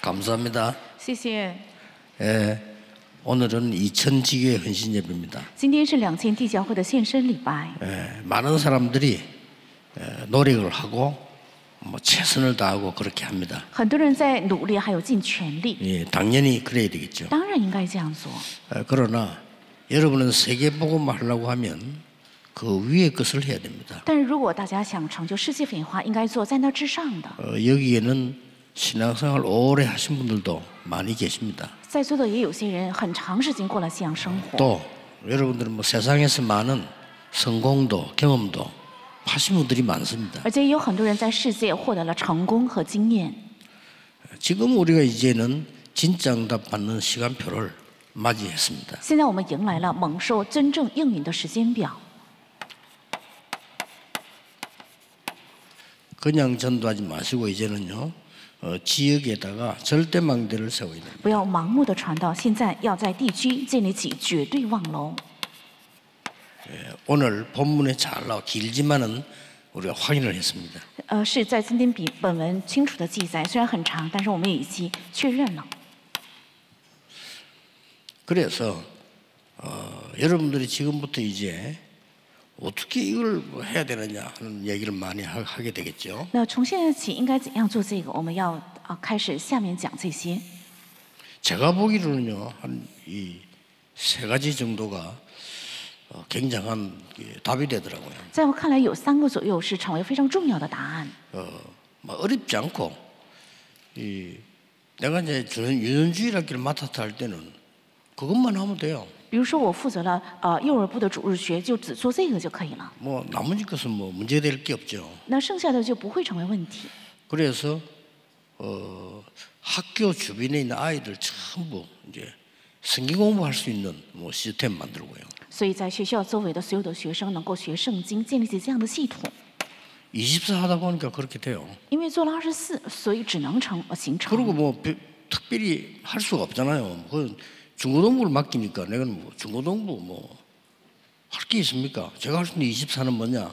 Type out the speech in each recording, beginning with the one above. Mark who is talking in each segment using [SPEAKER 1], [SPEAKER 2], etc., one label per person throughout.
[SPEAKER 1] 감사합니다.
[SPEAKER 2] 谢谢。
[SPEAKER 1] 예, 오늘은 이천지교회 헌신예배입니다.
[SPEAKER 2] 今天是两千地教会的献身礼拜，
[SPEAKER 1] 예, 많은 사람들이 예, 노력을 하고 뭐 최선을 다하고 그렇게 합니다.
[SPEAKER 2] 很多人在努力，还有尽全力，
[SPEAKER 1] 예, 당연히 그래야 되겠죠.
[SPEAKER 2] 当然应该这样做。
[SPEAKER 1] 예, 그러나 여러분은 세계복음 하려고 하면 그 위에 것을 해야 됩니다.
[SPEAKER 2] 但是如果大家想成就世界文化，应该做在那之上的。
[SPEAKER 1] 어, 여기에는 신앙생활 오래 하신 분들도 많이 계십니다.
[SPEAKER 2] 在座的也有些人很长时间过了信仰生活，
[SPEAKER 1] 또 여러분들은 뭐 세상에서 많은 성공도 경험도 하신 분들이 많습니다.
[SPEAKER 2] 而且也有很多人在世界获得了成功和经验。
[SPEAKER 1] 지금 우리가 이제는 진짜 응답 받는 시간표를 맞이했습니다.
[SPEAKER 2] 现在我们迎来了蒙受真正应允的时间表，
[SPEAKER 1] 그냥 전도하지 마시고 이제는요 어, 지역에다가 절대망대를 세워야 됩니다.
[SPEAKER 2] 不要盲目的传道，现在要在地区建立起绝对望楼。
[SPEAKER 1] 오늘 본문에 잘 나와 길지만은 우리가 확인을 했습니다.
[SPEAKER 2] 呃，是在今天比本文清楚的记载，虽然很长，但是我们也已经确认了。
[SPEAKER 1] 그래서 어, 여러분들이 지금부터 이제 어떻게 이걸 뭐 해야 되느냐 하는 얘기를 많이 하, 하게 되겠죠.
[SPEAKER 2] 那从现在起应该怎样做这个？我们要啊、开始下面讲这些。
[SPEAKER 1] 제가 보기로는요 한 이 세 가지 정도가 어, 굉장한 예, 답이 되더라고요.
[SPEAKER 2] 在我看来，有三个左右是成为非常重要的答案。
[SPEAKER 1] 어, 뭐 어렵지 않고 이 내가 이제 저는 유년주일학기를 맡았다 할 때는 그것만 하면 돼요.
[SPEAKER 2] 比如说，我负责了呃幼儿部的主日学，就只做这个就可以了。
[SPEAKER 1] 뭐 나머지 것은 뭐 문제될 게 없죠.
[SPEAKER 2] 那剩下的就不会成为问题。
[SPEAKER 1] 그래서 어, 학교 주변에 있는 아이들 전부 이제 성기 공부할 수 있는 뭐 시스템 만들고요.
[SPEAKER 2] 所以在学校周围的所有的学生能够学圣经，建立起这样的系统。
[SPEAKER 1] 24 하다 보니까 그렇게 돼요.
[SPEAKER 2] 因为做了二十四，所以只能成呃形成。
[SPEAKER 1] 그리고 뭐 비- 특별히 할 수가 없잖아요. 그 중고등부를 맡기니까 내가 뭐 중고등부 뭐 할 게 있습니까? 제가 할 수 있는 24는 뭐냐?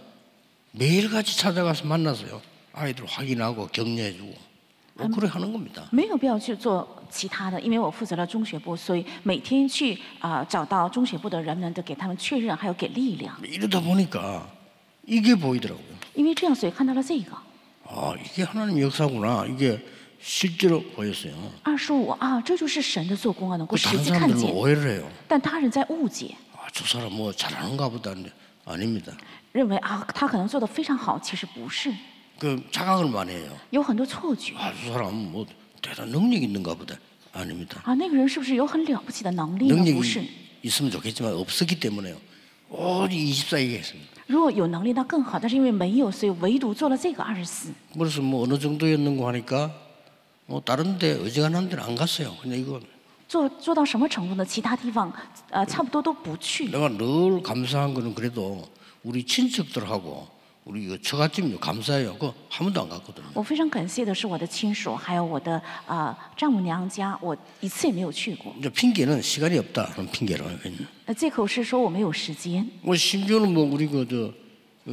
[SPEAKER 1] 매일같이 찾아가서 만나서요. 아이들 확인하고 격려해주고 뭐 그래 하는 겁니다.
[SPEAKER 2] 没有必要去做其他的，因为我负责了中学部，所以每天去啊、找到中学部的人们，都给他们确认，还有给力量。
[SPEAKER 1] 이러다 보니까 이게 보이더라고요.
[SPEAKER 2] 因为这样，所以看到了这个
[SPEAKER 1] 아 이게 하나님 역사구나. 이게 실제로 보였어요.
[SPEAKER 2] 二十五啊，这就是神的做工啊，能够
[SPEAKER 1] 그
[SPEAKER 2] 实
[SPEAKER 1] 다른
[SPEAKER 2] 际看
[SPEAKER 1] 사람들은
[SPEAKER 2] 见。
[SPEAKER 1] 오해를 해요.
[SPEAKER 2] 但他人在误解，
[SPEAKER 1] 아, 저 사람 뭐 잘하는가 보다. 아닙니다.
[SPEAKER 2] 认为啊，他可能做得非常好，其实不是，
[SPEAKER 1] 그 자각을 많이 해요.
[SPEAKER 2] 有很多错觉
[SPEAKER 1] 아 저 사람 뭐 대단 능력 있는가 보다. 아닙니다.
[SPEAKER 2] 啊。那个人是不是有很了不起的能力呢？不是，
[SPEAKER 1] 능력이 있으면 좋겠지만 없었기 때문에요. 오직 24에 했습니다.
[SPEAKER 2] 如果有能力那更好，但是因为没有，所以唯独做了这个二十四。
[SPEAKER 1] 그래서 뭐 어느 정도였는고 하니까 뭐 다른데 어지간한 데는 안 갔어요. 그냥 이거
[SPEAKER 2] 做做到什么程度呢？其他地方，呃，差不多都不去。
[SPEAKER 1] 내가 늘 감사한 거는 그래도 우리 친척들하고 우리 이거 처갓집요 감사해요. 그거 한 번도 안 갔거든요.
[SPEAKER 2] 我非常感谢的是我的亲属，还有我的呃丈母娘家，我一次也没有去过。
[SPEAKER 1] 이제 핑계는 시간이 없다 그런 핑계로. 하거든요.
[SPEAKER 2] 那借口是说我没有时间，
[SPEAKER 1] 뭐 심지어는 뭐 우리 그저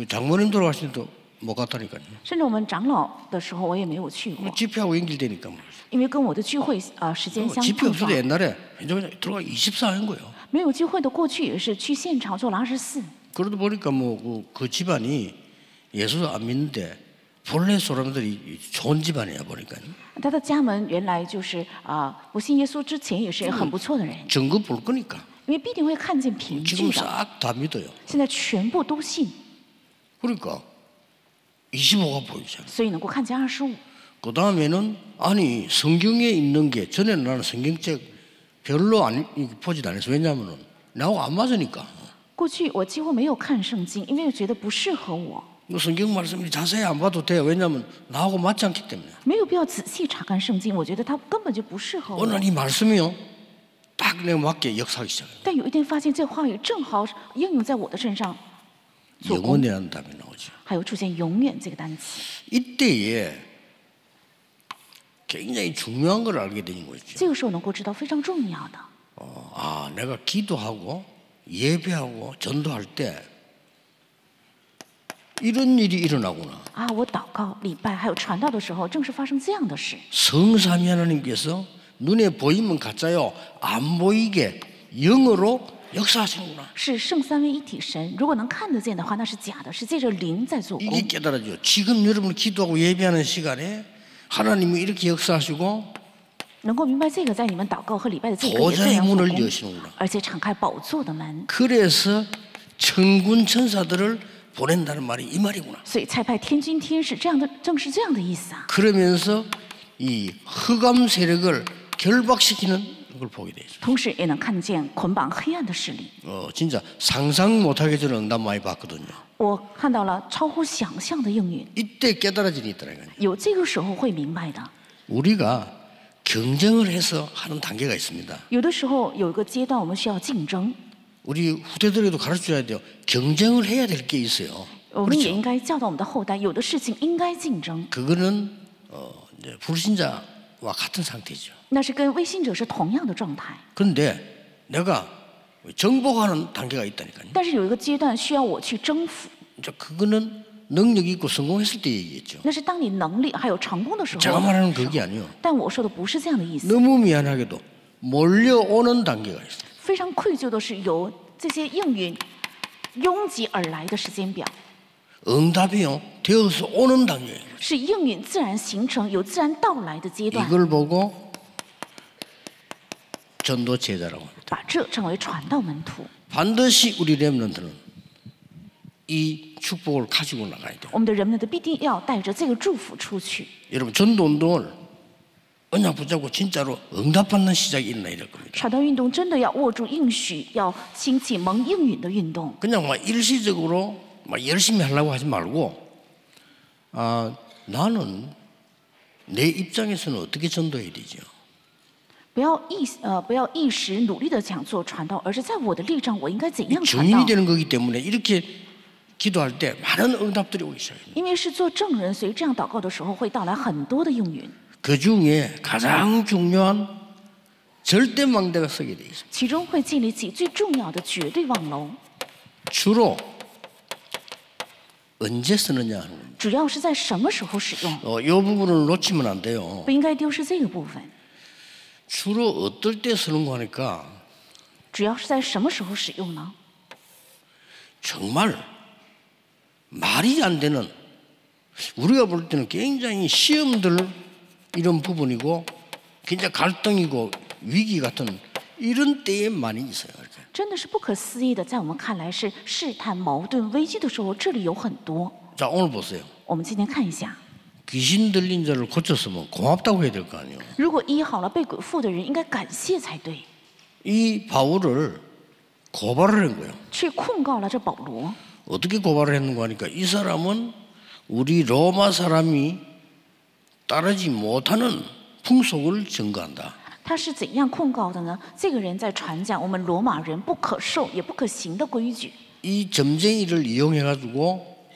[SPEAKER 1] 장모님 돌아가신 데도 못 갔다니까요.
[SPEAKER 2] 甚至我们长老的时候我也没有去过
[SPEAKER 1] 뭐 ， 집회하고 연결되니까 뭐.
[SPEAKER 2] 因为跟我的聚会呃时间相
[SPEAKER 1] 집회
[SPEAKER 2] 碰
[SPEAKER 1] 없어도
[SPEAKER 2] 撞。
[SPEAKER 1] 옛날에 그냥 들어가 24인 거예요.
[SPEAKER 2] 没有聚会的过去也是去现场做了二十四，
[SPEAKER 1] 그러다 보니까 뭐 그 집안이 예수 안 믿는데 본래 사람들이 좋은 집안이야 보니까요.
[SPEAKER 2] 他的家门原来就是啊、呃不信耶稣之前也是很不错的人，
[SPEAKER 1] 증거 볼 거니까
[SPEAKER 2] 因为必定会看见凭
[SPEAKER 1] 지금
[SPEAKER 2] 据的。
[SPEAKER 1] 싹 다 믿어요.
[SPEAKER 2] 现在全部都信，
[SPEAKER 1] 그러니까 25가 보이잖아.
[SPEAKER 2] 所以能够看见二十五。
[SPEAKER 1] 그 다음에는 아니 성경에 있는 게 전에는 나는 성경책 별로 안 읽- 보지도 않았어. 왜냐하면은 나하고 안 맞으니까.
[SPEAKER 2] 过去我几乎没有看圣经，因为我觉得不适合我。
[SPEAKER 1] 그 성경 말씀이 자세히 안 봐도 돼요. 왜냐하면 나하고 맞지 않기 때문에.
[SPEAKER 2] 没有必要仔细查看圣经，我觉得它根本就不适合我。
[SPEAKER 1] 오늘 이 말씀이요 딱 내 맞게 역사하기 시작해요.
[SPEAKER 2] 但有一天发现这话语正好应用在我的身上，
[SPEAKER 1] 영원이라는 답이 나오죠.
[SPEAKER 2] 还有出现“永远”这个单词，
[SPEAKER 1] 이때에 굉장히 중요한 걸 알게 되는 거죠.
[SPEAKER 2] 这个时候能够知道非常重要的。
[SPEAKER 1] 어, 아 내가 기도하고 예배하고 전도할 때 이런 일이 일어나구나.
[SPEAKER 2] 啊，我祷告、礼拜还有传道的时候，正是发生这样的事。
[SPEAKER 1] 성삼위 하나님께서 눈에 보이면 가짜요 안 보이게 영으로 역사하시는구나.
[SPEAKER 2] 是圣三位一体神，如果能看得见的话，那是假的，是借着灵在做
[SPEAKER 1] 이게
[SPEAKER 2] 工。
[SPEAKER 1] 깨달아져요. 지금 여러분 기도하고 예배하는 시간에 하나님이 이렇게 역사하시고
[SPEAKER 2] 能够明白这个，在你们祷告和礼拜的这个也
[SPEAKER 1] 도저히
[SPEAKER 2] 这样做
[SPEAKER 1] 문을
[SPEAKER 2] 工
[SPEAKER 1] 여시는구나 ，
[SPEAKER 2] 而且敞开宝座的门，
[SPEAKER 1] 그래서 천군 천사들을 보낸다는 말이 이 말이구나.
[SPEAKER 2] 所以才派天君天使，这样的正是这样的意思啊。
[SPEAKER 1] 그러면서 이 흑암 세력을 결박시키는 걸 보게 되죠.
[SPEAKER 2] 同时也能看见捆绑黑暗的势力。
[SPEAKER 1] 어, 진짜 상상 못하게 저는 응답 많이 받거든요.
[SPEAKER 2] 我看到了超乎想象的应允，
[SPEAKER 1] 이때 깨달아지니 있더라고요.
[SPEAKER 2] 有这个时候会明白的。
[SPEAKER 1] 우리가 경쟁을 해서 하는 단계가 있습니다.
[SPEAKER 2] 有的时候有一个阶段，我们需要竞争，
[SPEAKER 1] 우리 후대들에도 가르쳐줘야 돼요. 경쟁을 해야 될 게 있어요. 그렇죠?
[SPEAKER 2] 我们也应该教导我们的后代，有的事情应该竞争，
[SPEAKER 1] 그거는 어, 이제 불신자와 같은 상태죠.
[SPEAKER 2] 那是跟微信者是同样的状态。
[SPEAKER 1] 그런데 내가 정복하는 단계가 있다니까요.
[SPEAKER 2] 但是有一个阶段需要我去征服，
[SPEAKER 1] 이제 그거는 능력 있고 성공했을 때 얘기했죠.
[SPEAKER 2] 那是当你能力还有成功的时
[SPEAKER 1] 제가
[SPEAKER 2] 候。
[SPEAKER 1] 말하는 그게 아니요.
[SPEAKER 2] 但我说的不是这样的意思。
[SPEAKER 1] 너무 미안하게도 몰려오는 단계가 있어요.
[SPEAKER 2] 非常愧疚的是，由这些应允拥挤而来的时间表，
[SPEAKER 1] 응답이요. 되어서 오는 단계예요.
[SPEAKER 2] 是应允自然形成、由自然到来的阶段，
[SPEAKER 1] 이걸 보고 전도 제자라고 합니다.
[SPEAKER 2] 把这称为传道门徒。
[SPEAKER 1] 반드시 우리 렘넌트는 이 축복을 가지고 나가야 돼요.
[SPEAKER 2] 我们的人们的必定要带着这个祝福出去。
[SPEAKER 1] 여러분 전도 운동을 언약 붙잡고 진짜로 응답받는 시작이 일어나야 될 겁니다.
[SPEAKER 2] 传道运动真的要握住应许，要兴起蒙应允的运动，
[SPEAKER 1] 그냥 막 일시적으로 막 열심히 하려고 하지 말고 아 나는 내 입장에서는 어떻게 전도해야 되죠?
[SPEAKER 2] 不要一呃不要一时努力的想做传道，而是在我的立场，我应该怎样传
[SPEAKER 1] 증인이
[SPEAKER 2] 道？
[SPEAKER 1] 되는 거기 때문에 이렇게 기도할 때 많은 응답들이 오기 시작해요.
[SPEAKER 2] 因为是做证人，所以这样祷告的时候会到来很多的应允，
[SPEAKER 1] 그 중에 가장 중요한 절대 망대가 서게 돼 있어요.
[SPEAKER 2] 其中会建立起最重要的绝对望楼。
[SPEAKER 1] 주로 언제 쓰느냐 하는 겁니다.
[SPEAKER 2] 主要是在什么时候使用，
[SPEAKER 1] 어, 이 부분을 놓치면 안 돼요.
[SPEAKER 2] 不应该丢失这个部分。
[SPEAKER 1] 주로 어떨 때 쓰는 거 하니까
[SPEAKER 2] 主要是在什么时候使用呢？
[SPEAKER 1] 정말 말이 안 되는 우리가 볼 때는 굉장히 시험들 이런 부분이고 굉장히 갈등이고 위기 같은 이런 때에 많이 있어요. 이렇게.
[SPEAKER 2] 真的是不可思议的，在我们看来是试探、矛盾、危机的时候，这里有很多。
[SPEAKER 1] 자 오늘 보세요.
[SPEAKER 2] 我们今天看一下，
[SPEAKER 1] 귀신 들린 자를 고쳤으면 고맙다고 해야 될 거 아니에요.
[SPEAKER 2] 如果医好了被鬼附的人，应该感谢才对，
[SPEAKER 1] 이 바울을 고발을 한 거예요.
[SPEAKER 2] 却控告了这保罗。
[SPEAKER 1] 어떻게 고발을 했는가 하니까 이 사람은 우리 로마 사람이 따르지 못하는 풍속을 증거한다.
[SPEAKER 2] 他是怎样控告的呢？这个人在传讲我们罗马人不可受也不可行的规矩，
[SPEAKER 1] 이 점쟁이를 이용해 가지고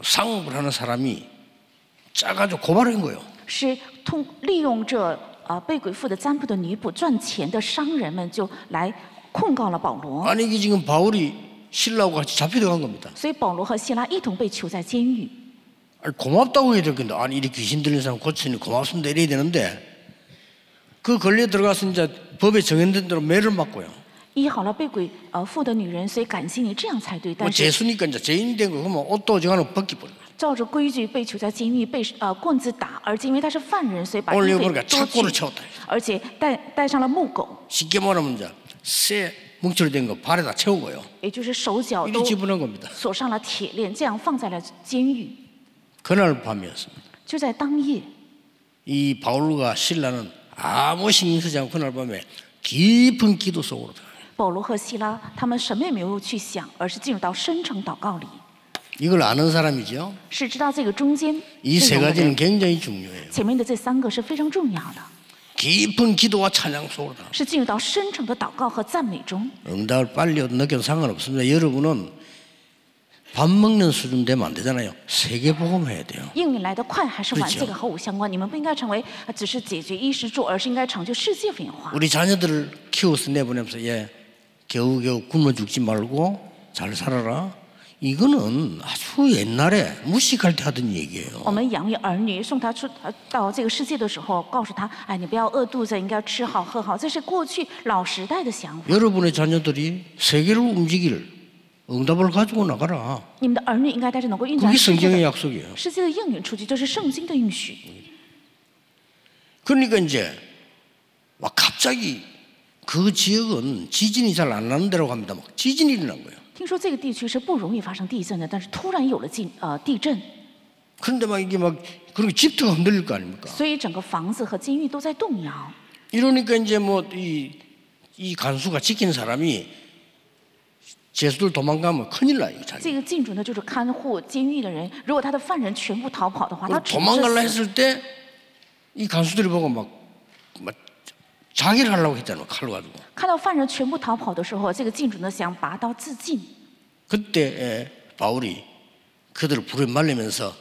[SPEAKER 1] 상업을 하는 사람이 짜가지고 고발을 한 거예요.
[SPEAKER 2] 是通利用这啊、呃被鬼附的占卜的女仆赚钱的商人们就来控告了保罗，
[SPEAKER 1] 아니 이게 지금 바울이 신라하고 같이 잡혀들어간 겁니다.
[SPEAKER 2] 所以保罗和希拉一同被囚在监狱。
[SPEAKER 1] 아니, 고맙다고 해야 될 건데 아니 이렇게 귀신 들린 사람 고치니 고맙습니다 이래야 되는데 그 걸려 들어가서 이제 법에 정해진 대로 매를 맞고요.
[SPEAKER 2] 医好了被鬼呃附的女人，所以感谢你这样才对。
[SPEAKER 1] 뭐
[SPEAKER 2] 但是
[SPEAKER 1] 죄수니까 이제 죄인 된거 그러면 옷도 정하는 벗기버려.
[SPEAKER 2] 照着规矩被囚在监狱，被呃棍子打，而且因为他是犯人，所以把衣
[SPEAKER 1] 오늘
[SPEAKER 2] 服
[SPEAKER 1] 이거 보니까
[SPEAKER 2] 给脱
[SPEAKER 1] 착고를
[SPEAKER 2] 去，
[SPEAKER 1] 채웠다.
[SPEAKER 2] 而且带带上了木狗，
[SPEAKER 1] 쉽게 말하면 이제 쇠 뭉치로 된 거 발에다 채운 거예요.
[SPEAKER 2] 也就是手脚都
[SPEAKER 1] 이리 집어넣은 겁니다.
[SPEAKER 2] 锁上了铁链，这样放在了监狱。
[SPEAKER 1] 그날 밤이었습니다.
[SPEAKER 2] 就在当夜，
[SPEAKER 1] 이 바울과 신라는 아무 신경 쓰지 않고 그날 밤에 깊은 기도 속으로 들어가요.
[SPEAKER 2] 保罗和希拉他们什么也没有去想，而是进入到深层祷告里，
[SPEAKER 1] 이걸 아는 사람이죠.
[SPEAKER 2] 是知道这个中间
[SPEAKER 1] 이
[SPEAKER 2] 内
[SPEAKER 1] 세
[SPEAKER 2] 容的
[SPEAKER 1] 가지는
[SPEAKER 2] 人
[SPEAKER 1] 굉장히 중요해요.
[SPEAKER 2] 前面的这三个是非常重要的，
[SPEAKER 1] 깊은 기도와 찬양 속으로 들어가요.
[SPEAKER 2] 是进入到深层的祷告和赞美中。
[SPEAKER 1] 응답을 빨리 얻느껴도 상관없습니다. 여러분은 밥 먹는 수준 되면 안 되잖아요. 세계복음 해야 돼요.
[SPEAKER 2] 应允来的快还是晚，
[SPEAKER 1] 그렇죠
[SPEAKER 2] 这个和我相关。你们不应该成为呃只是解决衣食住，而是应该成就世界文化。
[SPEAKER 1] 우리 자녀들을 키워서 내보내면서 예 겨우겨우 굶어 죽지 말고 잘 살아라 이거는 아주 옛날에 무식할 때 하던 얘기예요.
[SPEAKER 2] 我们养育儿女，送他出呃到这个世界的时候，告诉他：哎，你不要饿肚子，应该吃好喝好。这是过去老时代的想法。
[SPEAKER 1] 여러분의 자녀들이 세계를 움직일 응답을 가지고 나가라.
[SPEAKER 2] 你们的儿女应该带着能够运转
[SPEAKER 1] 그게
[SPEAKER 2] 世界
[SPEAKER 1] 성경의
[SPEAKER 2] 的
[SPEAKER 1] 약속이에요.
[SPEAKER 2] 世界的应允出去，就是圣经的应许。
[SPEAKER 1] 그러니까 이제 막 갑자기 그 지역은 지진이 잘 안 나는 데라고 합니다. 막 지진이 일어난 거예요.
[SPEAKER 2] 听说这个地区是不容易发生地震的，但是突然有了地呃地震，
[SPEAKER 1] 그런데 막 이게 막 그리고 집터가 흔들릴 거 아닙니까?
[SPEAKER 2] 所以整个房子和监狱都在动摇。
[SPEAKER 1] 이러니까 이제 뭐 이 이 간수가 지킨 사람이 제수들 도망가면 큰일 나요. 자기.
[SPEAKER 2] 这个禁主呢，就是看护监狱的人，如果他的犯人全部逃跑的话，他
[SPEAKER 1] 그걸
[SPEAKER 2] 只是
[SPEAKER 1] 도망갈라
[SPEAKER 2] 死
[SPEAKER 1] 했을 때 이 간수들이 보고 막막 자기를 하려고 했잖아요. 칼로 가지고.
[SPEAKER 2] 看到犯人全部逃跑的时候，这个禁主呢想拔刀自尽。
[SPEAKER 1] 그때 에, 바울이 그들을 불에 말리면서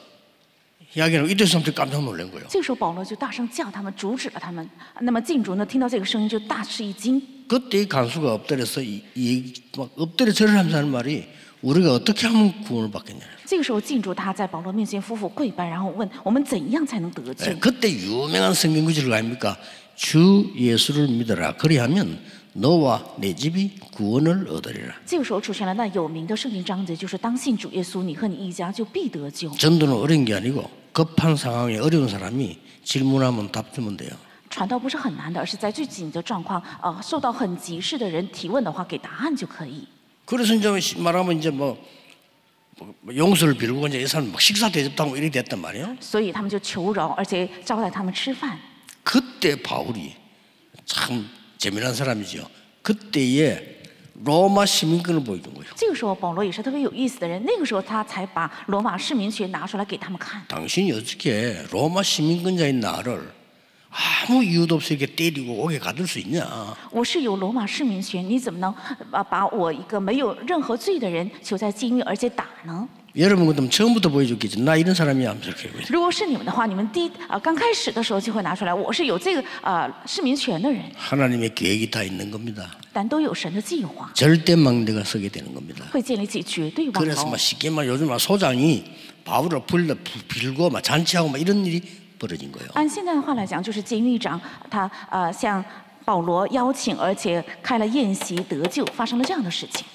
[SPEAKER 1] 이야기하고 이때 사람들이 깜짝 놀란 거예요.
[SPEAKER 2] 这个时候保罗就大声叫他们，阻止了他们。那么禁主呢听到这个声音就大吃一惊。
[SPEAKER 1] 그때 이 간수가 엎드려서 이, 이, 막 엎드려 절을 하면서 하는 말이 우리가 어떻게 하면 구원을 받겠냐.
[SPEAKER 2] 这个时候禁主他在保罗面前夫妇跪拜，然后问我们怎样才能得救
[SPEAKER 1] 예, 。 그때 유명한 성경 구절 아닙니까? 주 예수를 믿어라. 그리하면 너와 내 집이 구원을 얻으리라.
[SPEAKER 2] 这个时候出现了那有名的圣经章节，就是当信主耶稣，你和你一家就必得救。
[SPEAKER 1] 전도는 어려운 게 아니고 급한 상황에 어려운 사람이 질문하면 답 주면 돼요.
[SPEAKER 2] 传道不是很难的，而是在最紧的状况，呃，受到很急事的人提问的话，给答案就可以。
[SPEAKER 1] 그래서 이제 말하면 이제 뭐, 뭐 용서를 빌고 이제 이 사람 막 식사 대접하고 이렇게 됐단 말이에요.
[SPEAKER 2] 所以他们就求饶，而且招待他们吃饭。
[SPEAKER 1] 그때 바울이 참 재미난 사람이죠. 그때에 로마 시민권을 보여준 거예요.
[SPEAKER 2] 这个时候，保罗也是特别有意思的人。那个时候，他才把罗马市民学拿出来给他们看。
[SPEAKER 1] 당신이 어떻게 로마 시민권자인 나를 아무 이유도 없이 이렇게 때리고 오게 가둘 수 있냐?
[SPEAKER 2] 我是有罗马市民学，你怎么能把把我一个没有任何罪的人囚在监狱，而且打呢？
[SPEAKER 1] 여러분 그럼 처음부터 보여줬겠지. 나 이런 사람이야. 하면서 이렇게 보여줬-
[SPEAKER 2] 如果是你们的话，你们第一啊、刚开始的时候就会拿出来，我是有这个呃市民权的人，
[SPEAKER 1] 하나님의 계획이 다 있는 겁니다.
[SPEAKER 2] 但都有神的计划，
[SPEAKER 1] 절대 망대가 서게 되는 겁니다.
[SPEAKER 2] 会建立起绝对网
[SPEAKER 1] 그래서
[SPEAKER 2] 络
[SPEAKER 1] 막 。 쉽게 말 요즘 막 소장이 바울을 불러 부- 빌고 막 잔치하고 막 이런 일이 벌어진 거예요.
[SPEAKER 2] 按现在的话来讲，就是监狱长他呃向保罗邀请，而且开了宴席得救，发生了这样的事情，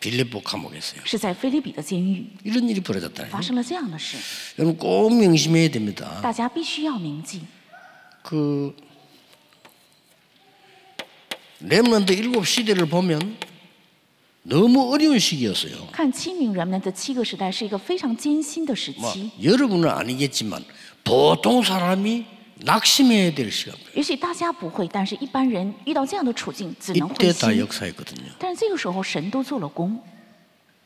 [SPEAKER 1] 빌립보 감옥에서요.
[SPEAKER 2] 是在菲律比的监狱
[SPEAKER 1] 이런 일이 벌어졌다는
[SPEAKER 2] 发
[SPEAKER 1] 거예요.
[SPEAKER 2] 生了这样的事，
[SPEAKER 1] 여러분 꼭 명심해야 됩니다.
[SPEAKER 2] 大家必须要铭记。
[SPEAKER 1] 그 렘넌트 일곱 시대를 보면 너무 어려운 시기였어요.
[SPEAKER 2] 看清明人们的七个时代是一个非常艰辛的时
[SPEAKER 1] 막
[SPEAKER 2] 期，
[SPEAKER 1] 뭐 여러분은 아니겠지만 보통 사람이 낙심해야 될 시간.
[SPEAKER 2] 也许大家不会，但是一般人遇到这样的处境只能灰
[SPEAKER 1] 이때 다
[SPEAKER 2] 心。
[SPEAKER 1] 역사했거든요.
[SPEAKER 2] 但是这个时候神都做了工，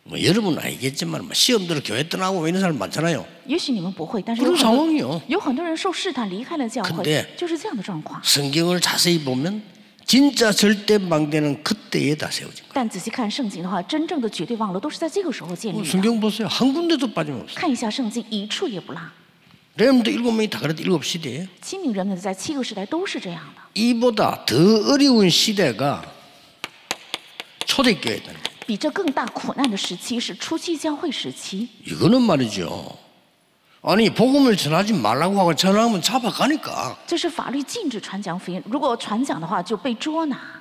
[SPEAKER 1] 뭐 여러분은 아니겠지만 막 시험 들어 교회 떠나고 뭐 이런 사람 많잖아요.
[SPEAKER 2] 也许你们不会，但是有
[SPEAKER 1] 그런
[SPEAKER 2] 很多
[SPEAKER 1] 상황이요.
[SPEAKER 2] 有很多人受试探离开了教
[SPEAKER 1] 근데
[SPEAKER 2] 会，就是这样的状况。
[SPEAKER 1] 성경을 자세히 보면 진짜 절대 망대는 그때에 다 세워진
[SPEAKER 2] 但仔细看圣经的话，真正的绝对网络都是在这个时候建
[SPEAKER 1] 거예요.
[SPEAKER 2] 立的。
[SPEAKER 1] 성경 보세요. 한 군데도 빠짐없어요.
[SPEAKER 2] 看一下圣经，一处也不落。
[SPEAKER 1] 렘도 일곱 명이 다 그래도 일곱 시대에
[SPEAKER 2] 清明人们在七个时代都是这样的，
[SPEAKER 1] 이보다 더 어려운 시대가 초대교회다.
[SPEAKER 2] 比这更大苦难的时期是初期教会时期。
[SPEAKER 1] 이거는 말이죠. 아니 복음을 전하지 말라고 하고 전하면 잡아가니까
[SPEAKER 2] 这是法律禁止传讲福音，如果传讲的话就被捉拿。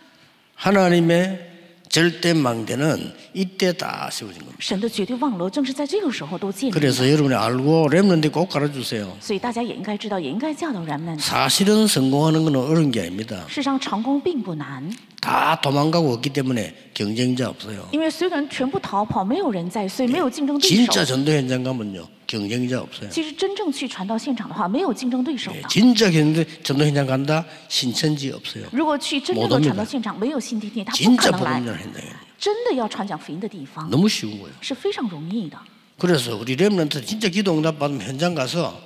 [SPEAKER 1] 하나님의 절대 망대는 이때 다 세워진 겁니다.
[SPEAKER 2] 神的绝对望楼正是在这个时候都建立，
[SPEAKER 1] 그래서 여러분이 알고 렘런데 꼭 가르쳐주세요.
[SPEAKER 2] 所以大家也应该知道，也应该教导人们，
[SPEAKER 1] 사실은 성공하는 건 어려운 게 아닙니다.
[SPEAKER 2] 世上成功并不难，
[SPEAKER 1] 다 도망가고 없기 때문에 경쟁자 없어요.
[SPEAKER 2] 因为所有的人全部逃跑，没有人在，所以没有竞争对
[SPEAKER 1] 진짜
[SPEAKER 2] 手。
[SPEAKER 1] 전도 현장 가면요 경쟁자 없어요.
[SPEAKER 2] 其实真正去传到现场的话，没有竞争对手的。
[SPEAKER 1] 진짜 전도 전도 현장 간다 신천지 없어요.
[SPEAKER 2] 如果去真正
[SPEAKER 1] 못
[SPEAKER 2] 的
[SPEAKER 1] 옵니다
[SPEAKER 2] 传到现场，没有新天地，他不
[SPEAKER 1] 진짜
[SPEAKER 2] 可能来。
[SPEAKER 1] 복음전 현장이에요.
[SPEAKER 2] 真的要传讲福音的地方
[SPEAKER 1] 너무 쉬운 거예요.
[SPEAKER 2] 是非常容易的。
[SPEAKER 1] 그래서 우리 렘런트 진짜 기도 응답 받으면 현장 가서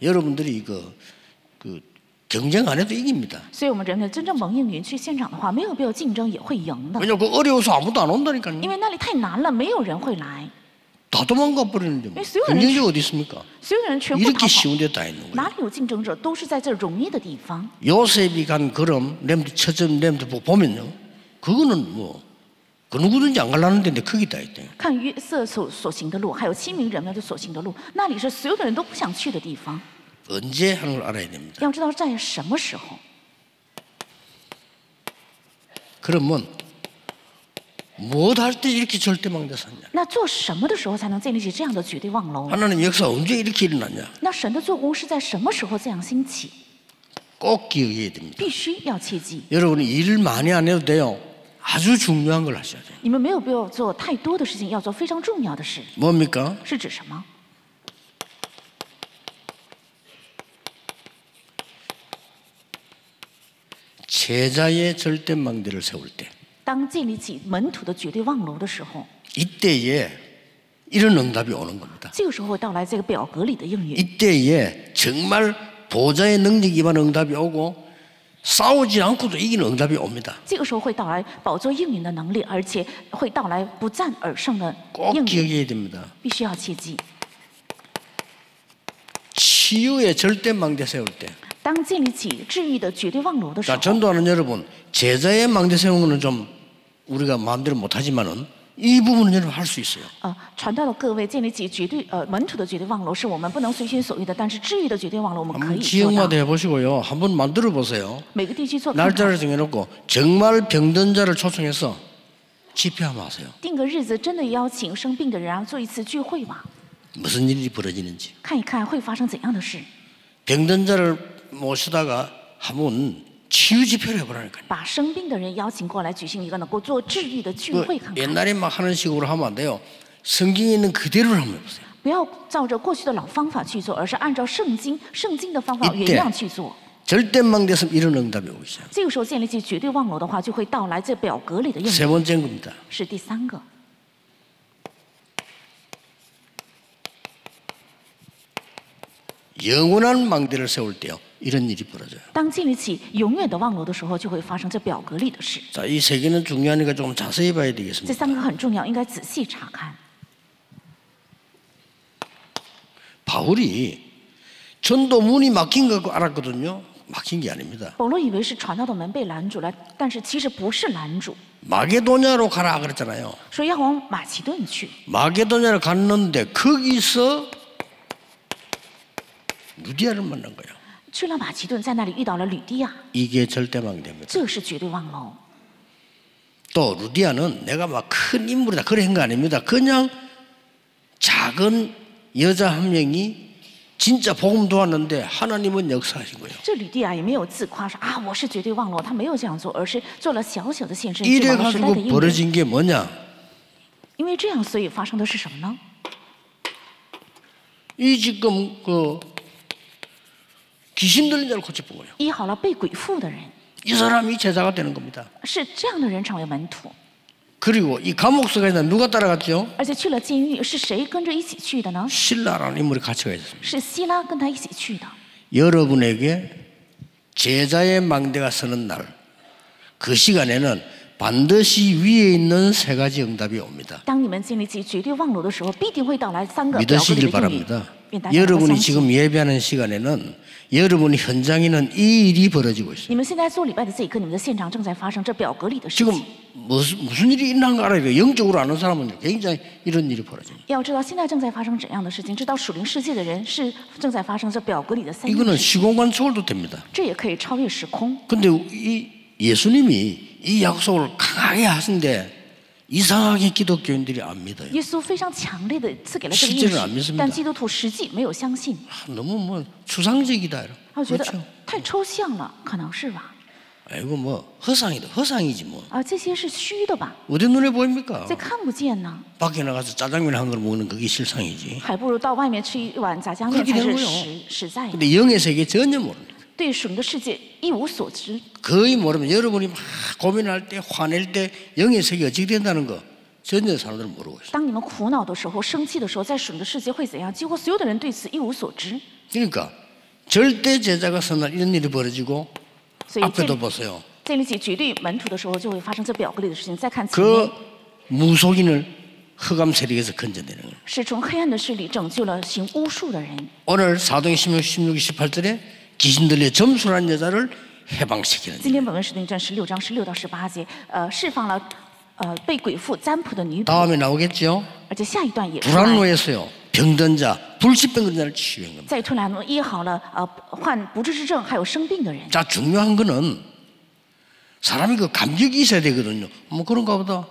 [SPEAKER 1] 여러분들이 그, 그 경쟁 안 해도 이깁니다.
[SPEAKER 2] 所以，我们人们真正蒙应允去现场的话，没有必要竞争也会赢的，
[SPEAKER 1] 왜냐 그 어려워서 아무도 안 온다니까요.
[SPEAKER 2] 因为那里太难了，没有人会来，
[SPEAKER 1] 다 도망가 버리는데 뭐.
[SPEAKER 2] 예, 수요일에
[SPEAKER 1] 경쟁자 어디 있습니까?
[SPEAKER 2] 所有人全部逃
[SPEAKER 1] 이렇게
[SPEAKER 2] 跑，
[SPEAKER 1] 쉬운데 다 있는 거예요.
[SPEAKER 2] 哪里有竞争者都是在这容易的地方。
[SPEAKER 1] 요셉이 간 걸음 렘트 처전 렘트 보면요 그거는 뭐 그 누구든지 안 가려는 데인데 크기 다 있대.
[SPEAKER 2] 看约瑟所所行的路，还有清明人们的所行的路，那里是所有的人都不想去的地方。
[SPEAKER 1] 언제 하는 걸 알아야 됩니다.
[SPEAKER 2] 要知道在什么时候，
[SPEAKER 1] 그러면 뭐할때 이렇게 절대망대사냐?
[SPEAKER 2] 那做什么的时候才能建立起这样的绝对望楼？
[SPEAKER 1] 하나님 역사 언제 이렇게 일어났냐?
[SPEAKER 2] 那神的做工是在什么时候这样兴起？
[SPEAKER 1] 꼭 기억해야 됩니다.
[SPEAKER 2] 必须要切记，
[SPEAKER 1] 여러분 일 많이 안 해도 돼요. 아주 중요한 걸 하셔야 돼요.
[SPEAKER 2] 你们没有必要做太多的事情，要做非常重要的事。
[SPEAKER 1] 뭡니까?
[SPEAKER 2] 是指什么？
[SPEAKER 1] 제자의 절대망대를 세울 때
[SPEAKER 2] 当建立起门徒的绝对望楼的时候，
[SPEAKER 1] 이때에 이런 응답이 오는 겁니다.
[SPEAKER 2] 这个时候会到来这个表格里的应允。
[SPEAKER 1] 이때에 정말 보좌의 능력 임한 응답이 오고 싸우지 않고도 이기는 응답이 옵니다.
[SPEAKER 2] 这个时候会到来宝座应允的能力，而且会到来不战而胜的
[SPEAKER 1] 꼭
[SPEAKER 2] 应允，
[SPEAKER 1] 기억해야 됩니다.
[SPEAKER 2] 必须要切记。
[SPEAKER 1] 치유의 절대망대 세울 때.
[SPEAKER 2] 当建立起治愈的绝对望楼的时
[SPEAKER 1] 자
[SPEAKER 2] 候，
[SPEAKER 1] 전도하는 여러분 제자의 망대 세우는 거는 좀 우리가 마음대로 못하지만은 이 부분은 여러분 할 수 있어요.
[SPEAKER 2] 呃，传道的各位建立起绝对呃门徒的绝对望楼，是我们不能随心所欲的，但是治愈的绝对望楼我们可以
[SPEAKER 1] 한
[SPEAKER 2] 做到
[SPEAKER 1] 지역마다 。 해보시고요. 한번 만들어 보세요.
[SPEAKER 2] 每个地区做看看
[SPEAKER 1] 날짜를 정해놓고 정말 병든 자를 초청해서 집회 한번 하세요.
[SPEAKER 2] 定个日子，真的邀请生病的人啊做一次聚会吧，
[SPEAKER 1] 무슨 일이 벌어지는지.
[SPEAKER 2] 看一看会发生怎样的事。
[SPEAKER 1] 병든 자를 모시다가 한번 치유 집회를 해보라니까요.
[SPEAKER 2] 把生病的人邀请过来，举行一个能够做治愈的聚
[SPEAKER 1] 그
[SPEAKER 2] 会看看，
[SPEAKER 1] 옛날에 막 하는 식으로 하면 안 돼요. 성경에 있는 그대로를 한번 해보세요.
[SPEAKER 2] 不要照着过去的老方法去做，而是按照圣经圣经的方法
[SPEAKER 1] 一点
[SPEAKER 2] 原样去做。
[SPEAKER 1] 절대망대에서 이런 응답이 오기 시작합니다.
[SPEAKER 2] 这个时候建立起绝对望楼的话，就会到来这表格里的应
[SPEAKER 1] 세
[SPEAKER 2] 用
[SPEAKER 1] 번째인 겁니다.
[SPEAKER 2] 是第三个，
[SPEAKER 1] 영원한 망대를 세울 때요. 이런 일이 벌어져요.
[SPEAKER 2] 当建立起永远的望楼的时候，就会发生这表格里的事。
[SPEAKER 1] 자, 이 세 개는 중요하니까 좀 자세히 봐야
[SPEAKER 2] 这
[SPEAKER 1] 되겠습니다.
[SPEAKER 2] 三个很重要，应该仔细查看。
[SPEAKER 1] 바울이 전도 문이 막힌 거 알았거든요. 막힌 게 아닙니다.
[SPEAKER 2] 保罗以为是传道的门被拦住了，但是其实不是拦住，
[SPEAKER 1] 마게도냐로 가라 그랬잖아요.
[SPEAKER 2] 说要往马其顿去。
[SPEAKER 1] 마게도냐를 갔는데 거기서 누디아를 만난 거예요.
[SPEAKER 2] 去了马其顿，在那里遇到了吕地亚，
[SPEAKER 1] 이게 절대망대입니다.
[SPEAKER 2] 这是绝对望楼。
[SPEAKER 1] 또 루디아는 내가 막 큰 인물이다 그런 거 아닙니다. 그냥 작은 여자 한 명이 진짜 복음 도왔는데 하나님은 역사하신 거예요.
[SPEAKER 2] 这吕地亚也没有自夸说啊，我是绝对忘了，他没有这样做，而是做了小小的献身，
[SPEAKER 1] 이래
[SPEAKER 2] 王时代的
[SPEAKER 1] 가지고
[SPEAKER 2] 应允。
[SPEAKER 1] 벌어진 게 뭐냐?
[SPEAKER 2] 因为这样，所以发生的是什么呢？
[SPEAKER 1] 이 지금 그 귀신 들린 자를 고쳐본 거예요.
[SPEAKER 2] 医好了被鬼附的人，
[SPEAKER 1] 이 사람이 제자가 되는 겁니다.
[SPEAKER 2] 是这样的人成为门徒，
[SPEAKER 1] 그리고 이 감옥 속에 있는 누가 따라갔죠?
[SPEAKER 2] 而且去了监狱，是谁跟着一起去的呢？
[SPEAKER 1] 신라라는 인물이 같이 가 있습니다.
[SPEAKER 2] 是希拉跟他一起去的。
[SPEAKER 1] 여러분에게 제자의 망대가 서는 날, 그 시간에는 반드시 위에 있는 세 가지 응답이 옵니다.
[SPEAKER 2] 当你们建立起绝对望楼的时候，必定会到来三个表格
[SPEAKER 1] 믿으시길
[SPEAKER 2] 里的应允
[SPEAKER 1] 바랍니다. 。
[SPEAKER 2] 愿大家能够相
[SPEAKER 1] 여러분이
[SPEAKER 2] 信。
[SPEAKER 1] 지금 예배하는 시간에는 여러분이 현장에는 이 일이 벌어지고 있습니다.
[SPEAKER 2] 你们现在做礼拜的这一刻，你们的现场正在发生这表格里的事
[SPEAKER 1] 지금
[SPEAKER 2] 情。
[SPEAKER 1] 무슨, 무슨 일이 있나 하는 거 알아야 돼요. 영적으로 아는 사람은 굉장히 이런 일이 벌어집니다.
[SPEAKER 2] 要知道现在正在发生怎样的事情，知道属灵世界的人是正在发生这表格里的三个
[SPEAKER 1] 이거는 시공간 초월도 됩니다.
[SPEAKER 2] 这也可以超越时空。
[SPEAKER 1] 근데 이 예수님이 이 약속을 강하게 하신데 이상하게 기독교인들이 안 믿어요.
[SPEAKER 2] 耶稣非常强烈的赐给了这个应
[SPEAKER 1] 실제로안믿습니
[SPEAKER 2] 许
[SPEAKER 1] 다 ，
[SPEAKER 2] 但基督徒实际没有相信，
[SPEAKER 1] 아, 너무 뭐 추상적이다 이런.
[SPEAKER 2] 他觉得
[SPEAKER 1] 그렇죠.
[SPEAKER 2] 太抽象了，可能是吧？
[SPEAKER 1] 아이고 뭐 허상이다 허상이지 뭐
[SPEAKER 2] 啊，这些是虚的吧？
[SPEAKER 1] 어디 눈에 보입니까?
[SPEAKER 2] 这看不见呢，
[SPEAKER 1] 밖에 나가서 짜장면 한 그릇 먹는 그게 실상이지.
[SPEAKER 2] 还不如到外面吃一碗炸酱面
[SPEAKER 1] 그렇게
[SPEAKER 2] 才
[SPEAKER 1] 되는
[SPEAKER 2] 是
[SPEAKER 1] 거예요
[SPEAKER 2] 实实在的。
[SPEAKER 1] 근데 영의 세계 전혀 모릅니다.
[SPEAKER 2] 对属灵的世界一无所知，
[SPEAKER 1] 거의 모르면 여러분이 막 고민할 때 화낼 때 영의 세계 어떻게 된다는 거 전혀 사람들은 모르고 있어요.
[SPEAKER 2] 当你们苦恼的时候、生气的时候，在属灵的世界会怎样？几乎所有的人对此一无所知。
[SPEAKER 1] 그러니까 절대 제자가 선날 이런 일이 벌어지고
[SPEAKER 2] 所以建
[SPEAKER 1] 앞에도
[SPEAKER 2] 立
[SPEAKER 1] 보세요.
[SPEAKER 2] 建立起绝对门徒的时候，就会发生这表格里的事情。再看前
[SPEAKER 1] 그
[SPEAKER 2] 面，
[SPEAKER 1] 무속인을 허감 세력에서 건져내는 거예요.
[SPEAKER 2] 是从黑暗的势力拯救了行巫术的人。
[SPEAKER 1] 오늘 사도행 16, 16, 18절에 귀신 들려 점수라는 여자를 해방시키는 일.
[SPEAKER 2] 今天本文使徒行传十六章十六到十八节，呃，释放了呃被鬼附占卜的女鬼，
[SPEAKER 1] 다음에 나오겠죠?
[SPEAKER 2] 而且下一段也出来，
[SPEAKER 1] 불안로에서요. 병든 자, 불치병든 자를 치유한 겁니다.
[SPEAKER 2] 在突然医好了呃患不治之症还有生病的人。
[SPEAKER 1] 자, 중요한 거는 사람이 그 감격이 있어야 되거든요. 뭐 그런가 보다.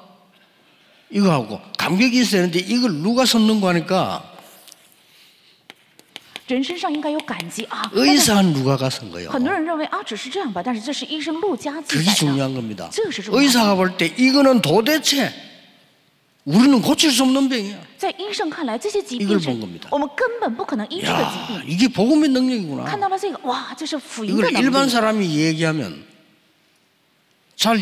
[SPEAKER 1] 이거 하고 감격이 있어야 되는데 이걸 누가 섰는가 하니까
[SPEAKER 2] 人身上应该有感激啊，但是
[SPEAKER 1] 의사 누가가 선 거예요.
[SPEAKER 2] 很多人认为啊只是这样吧，但是这是医生陆家记
[SPEAKER 1] 그게
[SPEAKER 2] 载的，
[SPEAKER 1] 중요한 겁니다.
[SPEAKER 2] 그것이 중요한
[SPEAKER 1] 의사가 볼 때 이거는 도대체 우리는 고칠 수 없는 병이야.
[SPEAKER 2] 在医生看来这些疾
[SPEAKER 1] 이걸
[SPEAKER 2] 病是
[SPEAKER 1] 본겁니다
[SPEAKER 2] 我们根本不可能医治的疾
[SPEAKER 1] 야
[SPEAKER 2] 病。
[SPEAKER 1] 이게 복음의
[SPEAKER 2] 看
[SPEAKER 1] 능력이구나.
[SPEAKER 2] 到了这个，哇，这是福音的
[SPEAKER 1] 이걸
[SPEAKER 2] 能
[SPEAKER 1] 일반
[SPEAKER 2] 力，
[SPEAKER 1] 사람이 얘기하면 잘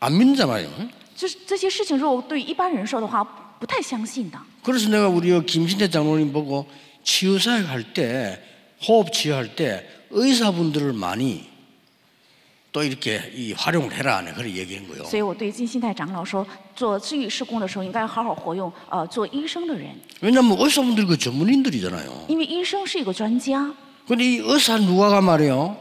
[SPEAKER 1] 안 믿잖아요.
[SPEAKER 2] 就是这些事情如果对一般人说的话，不太相信的。
[SPEAKER 1] 그래서 내가 우리 요 김신태 장로님 보고 치유사역 할 때 호흡 치유할 때 의사분들을 많이 또 이렇게 이 활용을 해라 하네 그런 얘기인 거요.
[SPEAKER 2] 所以我对金信泰长老说，做治愈事工的时候，应该好好活用呃做医生的人，
[SPEAKER 1] 왜냐하면 의사분들이 그 전문인들이잖아요.
[SPEAKER 2] 因为医生是一个专家。
[SPEAKER 1] 근데 이 의사 누가가 말이요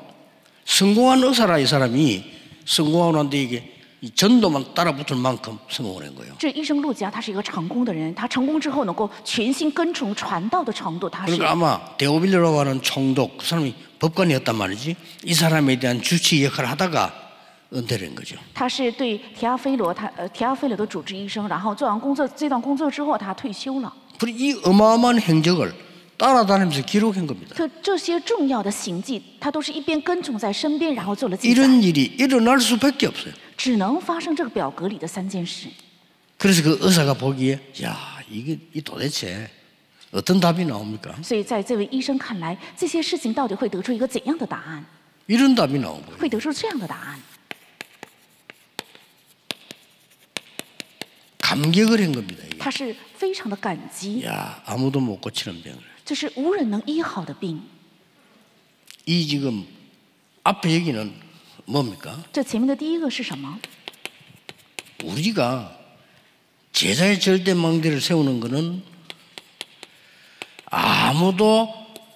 [SPEAKER 1] 성공한 의사라 이 사람이 성공하고 난데 이게 이 전도만 따라붙을 만큼 성공을 한 거예요.
[SPEAKER 2] 这医生陆家他是一个成功的人，他成功之后能够全心跟从传道的程度，他是
[SPEAKER 1] 그러니까 아마 데오빌리라고 하는 총독 그 사람이 법관이었단 말이지 이 사람에 대한 주치 역할을 하다가 은퇴를 한 거죠.
[SPEAKER 2] 他是对提阿菲罗他呃提阿菲罗的主治医生，然后做完工作这段工作之后，他退休了。
[SPEAKER 1] 그리고 이 어마어마한 행적을 따라다니면서 기록한 겁니다.
[SPEAKER 2] 就这些重要的行迹，他都是一边跟从在身边，然后做了记载，
[SPEAKER 1] 이런 일이 일어날 수밖에 없어요.
[SPEAKER 2] 只能发生这个表格里的三件事。
[SPEAKER 1] 그래서 그 의사가 보기에 야 이게 이 도대체 어떤 답이 나옵니까?
[SPEAKER 2] 所以在这位医生看来，这些事情到底会得出一个怎样的答案？
[SPEAKER 1] 이런 답이 나온 거예요.
[SPEAKER 2] 会得出这样的答案。
[SPEAKER 1] 감격을 한 겁니다. 이게.
[SPEAKER 2] 他是非常的感激，
[SPEAKER 1] 야 아무도 못 고치는 병을
[SPEAKER 2] 这是无人能医好的病。
[SPEAKER 1] 이 지금 앞에 여기는 뭡니까?
[SPEAKER 2] 这前面的第一个是什么？
[SPEAKER 1] 우리가 제자의 절대 망대를 세우는 것은 아무도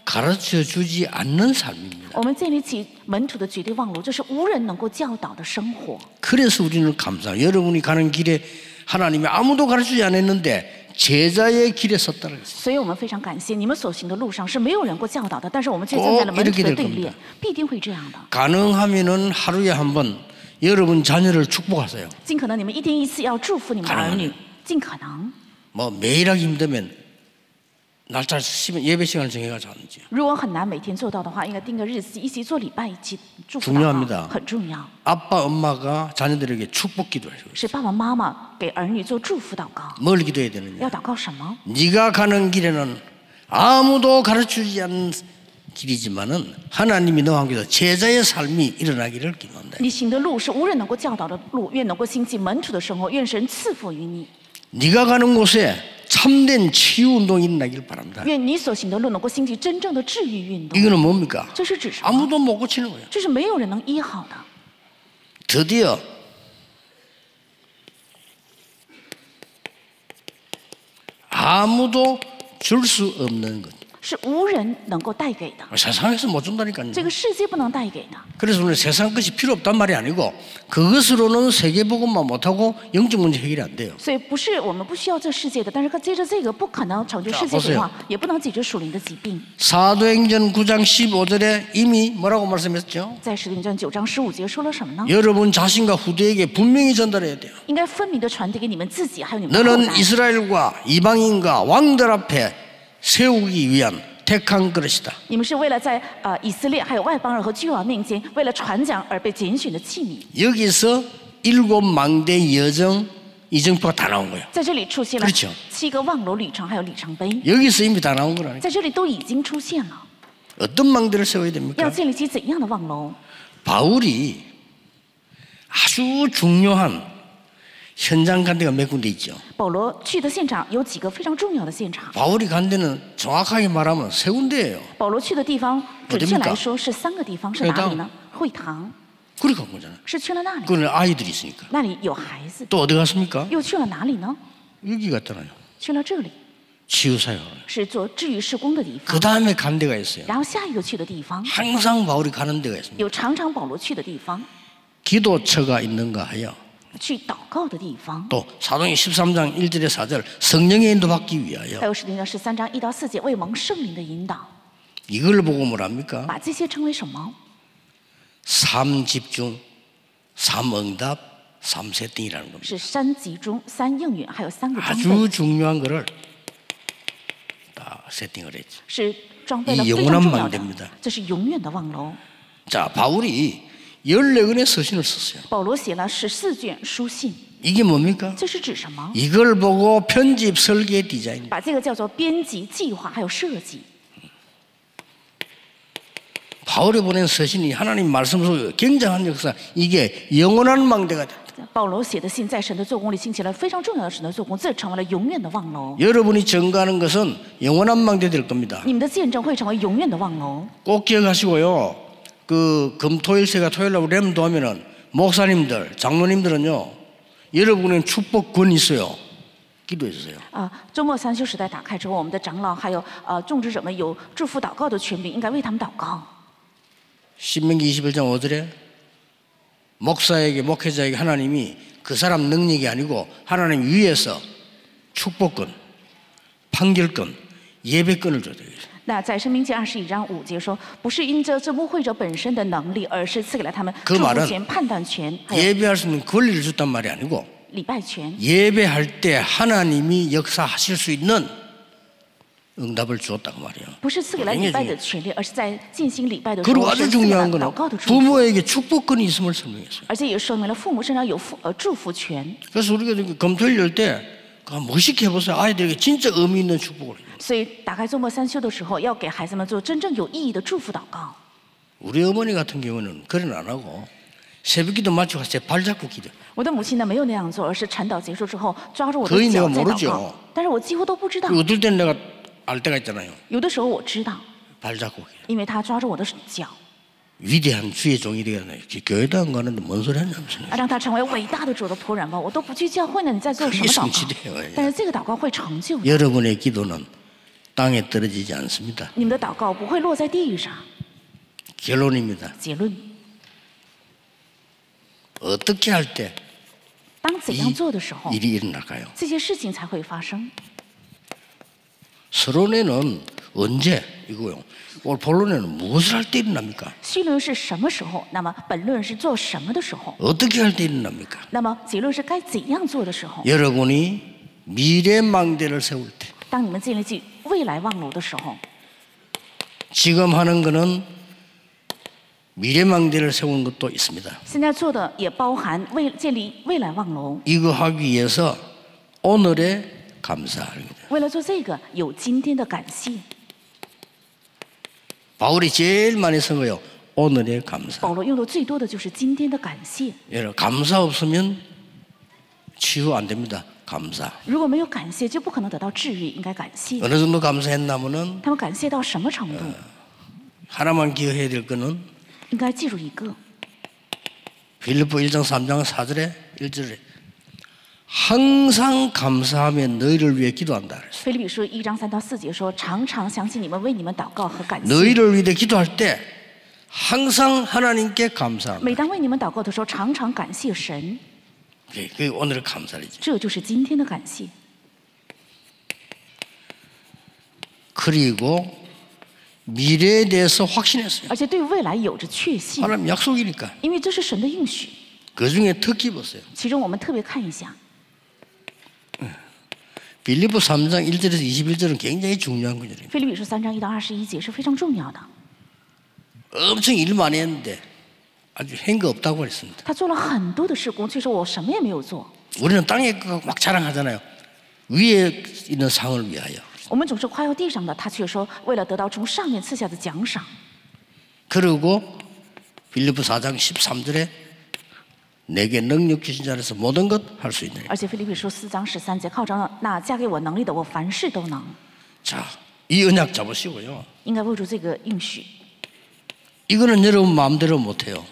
[SPEAKER 1] 가르쳐 주지 않는 삶입니다.
[SPEAKER 2] 我们建立起门徒的绝对望路，就是无人能够教导的生活。
[SPEAKER 1] 그래서 우리는 감사. 여러분이 가는 길에 하나님이 아무도 가르치지 않았는데 제자의 길에 섰다는 것이.
[SPEAKER 2] 所以我们非常感谢你们所行的路上是没有人过教导的，但是我们却
[SPEAKER 1] 哦
[SPEAKER 2] 站在了门徒
[SPEAKER 1] 이렇게
[SPEAKER 2] 的
[SPEAKER 1] 될
[SPEAKER 2] 队
[SPEAKER 1] 겁니다
[SPEAKER 2] 列，必定会这样的。
[SPEAKER 1] 가능하면은 하루에 한 번 여러분 자녀를 축복하세요.
[SPEAKER 2] 尽可能你们一天一次要祝福你们的儿
[SPEAKER 1] 가능하
[SPEAKER 2] 女
[SPEAKER 1] 면 ，
[SPEAKER 2] 尽可能。
[SPEAKER 1] 뭐 매일 하기 힘들면 날짜를 시면 예배 시간을 정해가지고 하는지.
[SPEAKER 2] 如果很难每天做到的话，应该定个日期，一起做礼拜，一起祝福
[SPEAKER 1] 重要합
[SPEAKER 2] 祷告
[SPEAKER 1] 니다
[SPEAKER 2] 很重要。
[SPEAKER 1] 아빠 엄마가 자녀들에게 축복 기도해요.
[SPEAKER 2] 是爸爸妈妈给儿女做祝福祷告，
[SPEAKER 1] 뭘 기도해야 되느냐?
[SPEAKER 2] 要祷告什么？
[SPEAKER 1] 네가 가는 길에는 아무도 가르치지 않는 길이지만은 하나님이 너와 함께서 제자의 삶이 일어나기를 기도한다.
[SPEAKER 2] 你行的路是无人能够教导的路，愿能够兴起门徒的生活，愿神赐福于你，
[SPEAKER 1] 네가 가는 곳에 참된 치유 운동이 일어나길 바란다.
[SPEAKER 2] 愿你所行的路能够兴起真正的治愈运动。
[SPEAKER 1] 이거는 뭡니까?
[SPEAKER 2] 这是指什么？
[SPEAKER 1] 아무도 못 고치는 거예요.
[SPEAKER 2] 这是没有人能医好的。
[SPEAKER 1] 드디어 아무도 줄 수 없는 것.
[SPEAKER 2] 是无人能够带给的，
[SPEAKER 1] 세상에서 못 준다니까요.
[SPEAKER 2] 这个世界不能带给的。
[SPEAKER 1] 그래서 오늘 세상 것이 필요 없단 말이 아니고 그것으로는 세계 복음만 못하고 영적 문제 해결이 안 돼요.
[SPEAKER 2] 所以不是我们不需要这世界的，但是接着这个不可能成就世界
[SPEAKER 1] 不是
[SPEAKER 2] 的话，也不能解决属灵的疾病。
[SPEAKER 1] 사도행전 9장 15절에 이미 뭐라고 말씀했죠?
[SPEAKER 2] 在使徒行传九章十五节说了什么呢？
[SPEAKER 1] 여러분 자신과 후대에게 분명히 전달해야 돼요.
[SPEAKER 2] 应该分明的传递给你们自己，还有你们的后代
[SPEAKER 1] 너는 。 이스라엘과 이방인과 왕들 앞에 세우기 위한 택한 그릇이다.
[SPEAKER 2] 你们是为了在呃以色列还有外邦人和君王面前，为了传讲而被拣选的器皿。
[SPEAKER 1] 여기서 일곱 망대 여정 이정표가 다 나온 거예요.
[SPEAKER 2] 在这里出现了
[SPEAKER 1] 그렇죠
[SPEAKER 2] 七个望楼旅程，还有里程碑，
[SPEAKER 1] 여기서 이미 다 나온 거라니까.
[SPEAKER 2] 在这里都已经出现了。
[SPEAKER 1] 어떤 망대를 세워야
[SPEAKER 2] 要
[SPEAKER 1] 됩니까?
[SPEAKER 2] 建立起怎样的望楼？
[SPEAKER 1] 바울이 아주 중요한 현장 간데가 몇 군데 있죠.
[SPEAKER 2] 保罗去的现场有几个非常重要的现场。
[SPEAKER 1] 바울이 간 데는 정확하게 말하면 세 군데예요.
[SPEAKER 2] 保罗去的地方，准确
[SPEAKER 1] 어딥니까
[SPEAKER 2] 来说是三个地方，是哪里呢？会堂
[SPEAKER 1] 그렇게 간 거잖아요.
[SPEAKER 2] 是去了那里，
[SPEAKER 1] 그러니까 뭐 그거는 아이들이 있으니까.
[SPEAKER 2] 那里有孩子，
[SPEAKER 1] 또 어디 갔습니까?
[SPEAKER 2] 又去了哪里呢？
[SPEAKER 1] 여기 갔잖아요.
[SPEAKER 2] 去了这里，
[SPEAKER 1] 치유사역.
[SPEAKER 2] 是做治愈事工的地方。
[SPEAKER 1] 그 다음에 간 데가 있어요.
[SPEAKER 2] 然后下一个去的地方，
[SPEAKER 1] 항상 바울이 가는 데가 있습니다.
[SPEAKER 2] 有常常保罗去的地方，
[SPEAKER 1] 기도처가 있는가 하여
[SPEAKER 2] 去祷告的地方。
[SPEAKER 1] 또 사도행 13장 1절의 4절 성령의 인도받기 위하여
[SPEAKER 2] 还有使徒行传十三章一到四节，为蒙圣灵的引导，
[SPEAKER 1] 이걸 보고 뭐랍니까?
[SPEAKER 2] 把这些称为什么？
[SPEAKER 1] 삼 집중, 삼 응답, 삼 세팅이라는 겁니다.
[SPEAKER 2] 是三集中、三应允，还有三个装
[SPEAKER 1] 아주
[SPEAKER 2] 备，
[SPEAKER 1] 중요한 거를 다 세팅을 했죠.
[SPEAKER 2] 是装备了
[SPEAKER 1] 이영
[SPEAKER 2] 非
[SPEAKER 1] 원한
[SPEAKER 2] 常重要
[SPEAKER 1] 망대입니다
[SPEAKER 2] 的。这是永远的望楼。
[SPEAKER 1] 자, 바울이 14권의 서신을 썼어요.
[SPEAKER 2] 保罗写了十四卷书信，
[SPEAKER 1] 이게 뭡니까?
[SPEAKER 2] 这是指什么？
[SPEAKER 1] 이걸 보고 편집, 설계, 디자인.
[SPEAKER 2] 把这个叫做编辑、计划还有设计。
[SPEAKER 1] 바울이 보낸 서신이 하나님 말씀 속에 굉장한 역사. 이게 영원한 망대가 됐다.
[SPEAKER 2] 保罗写的信在神的做工里兴起了非常重要的神的做工，这成为了永远的望楼。
[SPEAKER 1] 여러분이 전가하는 것은 영원한 망대 될 겁니다.
[SPEAKER 2] 你们的见证会成为永远的望楼。
[SPEAKER 1] 꼭 기억하시고요. 그 금토일 세가 토요일하고 램도 하면은 목사님들, 장로님들은요. 여러분은 축복권이 있어요. 기도해 주세요.
[SPEAKER 2] 啊，周末三休时代打开之后，我们的长老还有呃种植者们有祝福祷告的权柄，应该为他们祷告。
[SPEAKER 1] 신명기 21장 5절에 목사에게 목회자에게 하나님이 그 사람 능력이 아니고 하나님 위에서 축복권, 판결권, 예배권을 줘야 되겠어요.
[SPEAKER 2] 那在《生命记》二十一章五节说，不是因着这牧会者本身的能力，而是赐给了他们
[SPEAKER 1] 그말
[SPEAKER 2] 祝
[SPEAKER 1] 은
[SPEAKER 2] 福权、判断权，还有
[SPEAKER 1] 예배할 수 있는 권리를 줬단 말이 아니고
[SPEAKER 2] 礼拜权。
[SPEAKER 1] 예배할 때 하나님이 역사하실 수 있는 응답을 주었다 그 말이에요.
[SPEAKER 2] 不是赐给了礼拜的
[SPEAKER 1] 굉장히
[SPEAKER 2] 权利，而是在进行礼拜的时
[SPEAKER 1] 그리고
[SPEAKER 2] 候是
[SPEAKER 1] 아주
[SPEAKER 2] 赐给
[SPEAKER 1] 중요한
[SPEAKER 2] 了祷
[SPEAKER 1] 거는
[SPEAKER 2] 告的祝福，
[SPEAKER 1] 부모에게 축복권이 있음을 설명했어요.
[SPEAKER 2] 而且也说明了父母身上有父呃祝福权。
[SPEAKER 1] 그래서 우리가 이렇게 검토를 열때 멋있게 해보세요. 아이들에게 진짜 의미 있는 축복을. 해요.
[SPEAKER 2] 所以打开周末三休的时候，要给孩子们做真正有意义的祝福祷告。
[SPEAKER 1] 우리 어머니 같은 경우는 그런 안 하고 새벽기도 마치고 제발 잡고 기도.
[SPEAKER 2] 我的母亲呢没有那样做，而是晨祷结束之后抓住我
[SPEAKER 1] 可以
[SPEAKER 2] 的脚
[SPEAKER 1] 你
[SPEAKER 2] 在
[SPEAKER 1] 要摸着
[SPEAKER 2] 祷
[SPEAKER 1] 脚
[SPEAKER 2] 告，但是我几乎都不知道。
[SPEAKER 1] 어떨 때는 내가 알 때가 있잖아요.
[SPEAKER 2] 有的时候我知道，
[SPEAKER 1] 발 잡고 기도.
[SPEAKER 2] 因为她抓住我的脚，
[SPEAKER 1] 위대한 주의 종이 되겠네. 교회도 안 가는데 뭔 소리 하냐면서.
[SPEAKER 2] 啊让她成为伟大的主的仆人吧。我都不去教会呢，你在做什么
[SPEAKER 1] 可以
[SPEAKER 2] 祷
[SPEAKER 1] 省去的哎呀
[SPEAKER 2] 告？但是这个祷告会成就的，
[SPEAKER 1] 여러분의 기도는 땅에 떨어지지 않습니다.
[SPEAKER 2] 你们的祷告不会落在地上。
[SPEAKER 1] 결론입니다.
[SPEAKER 2] 结论：
[SPEAKER 1] 어떻게 할 때
[SPEAKER 2] 当怎样做的时候，
[SPEAKER 1] 일이 일어날까요?
[SPEAKER 2] 这些事情才会发生。
[SPEAKER 1] 서론에는 언제 이거요? 오늘 본론에는 무엇을 할 때 일어납니까?
[SPEAKER 2] 绪论是什么时候？那么本论是做什么的时候？
[SPEAKER 1] 어떻게 할 때 일어납니까?
[SPEAKER 2] 那么结论是该怎样做的时候？
[SPEAKER 1] 여러분이 미래 망대를 세울 때
[SPEAKER 2] 当你们建立起未来望楼的时候，
[SPEAKER 1] 지금 하는 거는 미래 망대를 세우는 것도 있습니다.
[SPEAKER 2] 现在做的也包含未建立未来望楼。
[SPEAKER 1] 이거 하기 위해서 오늘의 감사합니다.
[SPEAKER 2] 为了做这个，有今天的感谢。
[SPEAKER 1] 바울이 제일 많이 쓴 거요. 오늘의 감사.
[SPEAKER 2] 保罗用的最多的就是今天的感谢。
[SPEAKER 1] 여러분 감사 없으면 치유 안 됩니다. 감사.
[SPEAKER 2] 如果没有感谢，就不可能得到治愈。应该感谢。
[SPEAKER 1] 어느 정도 감사했나면은
[SPEAKER 2] 他们感谢到什么程度？
[SPEAKER 1] 하나만 기억해야 될 거는
[SPEAKER 2] 应该记住一个，
[SPEAKER 1] 빌립보 1장 3장 4절에 1절에 항상 감사하며 너희를 위해 기도한다 그랬어요.
[SPEAKER 2] 《腓立比书》一章三到四节说：“常常想起你们，为你们祷告和感谢。
[SPEAKER 1] 너희를 위해 기도할 때 항상 하나님께 감사한다.
[SPEAKER 2] 每当为你们祷告的时候，常常感谢神。
[SPEAKER 1] 예, 그게 그게 오늘의 감사이지.
[SPEAKER 2] 这就是今天的感谢。
[SPEAKER 1] 그리고 미래에 대해서 확신했어요.
[SPEAKER 2] 而且对未来有着确信，
[SPEAKER 1] 하나님 약속이니까.
[SPEAKER 2] 因为这是神的应许。
[SPEAKER 1] 그 중에 특히 보세요.
[SPEAKER 2] 其中我们特别看一下
[SPEAKER 1] 빌립보 3장 1절에서 21절은 굉장히 중요한
[SPEAKER 2] 《
[SPEAKER 1] 구절입니다.
[SPEAKER 2] 腓立比书》三章一到二十一节是非常重要的。
[SPEAKER 1] 엄청 일 많이 했는데 아주 행거 없다고 그랬습니다.
[SPEAKER 2] 他做了很多的事工，却说我什么也没有做。
[SPEAKER 1] 우리는 땅에 그거 막 자랑하잖아요. 위에 있는 상을 위하여.
[SPEAKER 2] 我们总是夸耀地上的，他却说为了得到从上面赐下的奖赏。
[SPEAKER 1] 그리고 빌립보 4장 13절에 내게 능력 주신 자로서 모든 것 할 수 있느니.
[SPEAKER 2] 而且《腓立比书》四章十三节靠着那加给我能力的，我凡事都能。
[SPEAKER 1] 자, 이 언약 잡으시고요.
[SPEAKER 2] 应该握住这个应许，
[SPEAKER 1] 이거는 여러분 마음대로 못 해요.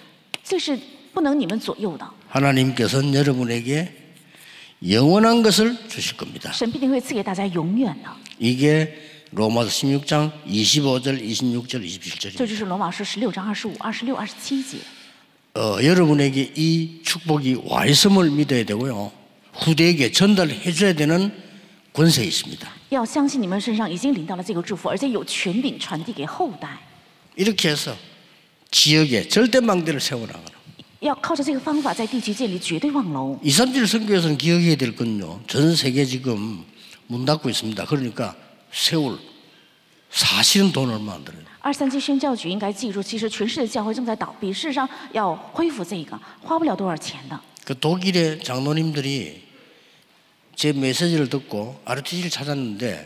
[SPEAKER 2] 这是不能你们左右的。
[SPEAKER 1] 하나님께서는 여러분에게 영원한 것을 주실 겁니다.
[SPEAKER 2] 神必定会赐给大家永远的。
[SPEAKER 1] 嗯 이게 로마서 16장 25절, 26절, 27절입니다.
[SPEAKER 2] 这就是罗马书十六章二十五、二十六、二十七节。
[SPEAKER 1] 어, 여러분에게 이 축복이 와 있음을 믿어야 되고요. 후대에게 전달해 줘야 되는 권세 있습니다.
[SPEAKER 2] 要相信你们身上已经领到了这个祝福，而且有权柄传递给后代。
[SPEAKER 1] 이렇게 해서 지역에 절대망대를 세워나가는
[SPEAKER 2] 要靠着这个方法在地区建立绝对望楼。
[SPEAKER 1] 이삼질 선교에서는 기억해야 될 건요. 전 세계 지금 문 닫고 있습니다. 그러니까 세울 사실은 돈을 만들어요.
[SPEAKER 2] 二三七宣教局应该记住，其实全世界教会正在倒闭，事实上要恢复这个花不了多少钱的。
[SPEAKER 1] 그 독일의 장로님들이 제 메시지를 듣고 RTC를 찾았는데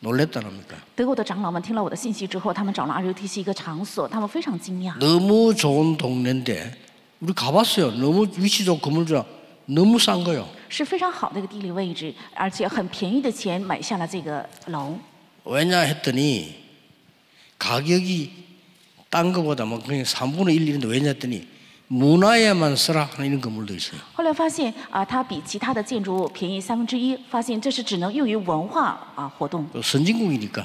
[SPEAKER 1] 놀랬다랍니까?
[SPEAKER 2] 德国的长老们听了我的信息之后，他们找了 RUTC 一个场所，他们非常惊讶。
[SPEAKER 1] 너무 좋은 동네인데 우리 가봤어요. 너무 위치 좋고 건물주라 너무 싼 거요.
[SPEAKER 2] 是非常好的一个地理位置，而且很便宜的钱买下了这个楼。
[SPEAKER 1] 왜냐 했더니 가격이 딴 거보다 뭐 그냥 3분의 1, 1인데 왜냐 했더니 문화에만 쓰라 하는 이런 건물도 있어요.
[SPEAKER 2] 后来发现啊、它比其他的建筑物便宜三分之一，发现这是只能用于文化啊、活动。
[SPEAKER 1] 또 선진국이니까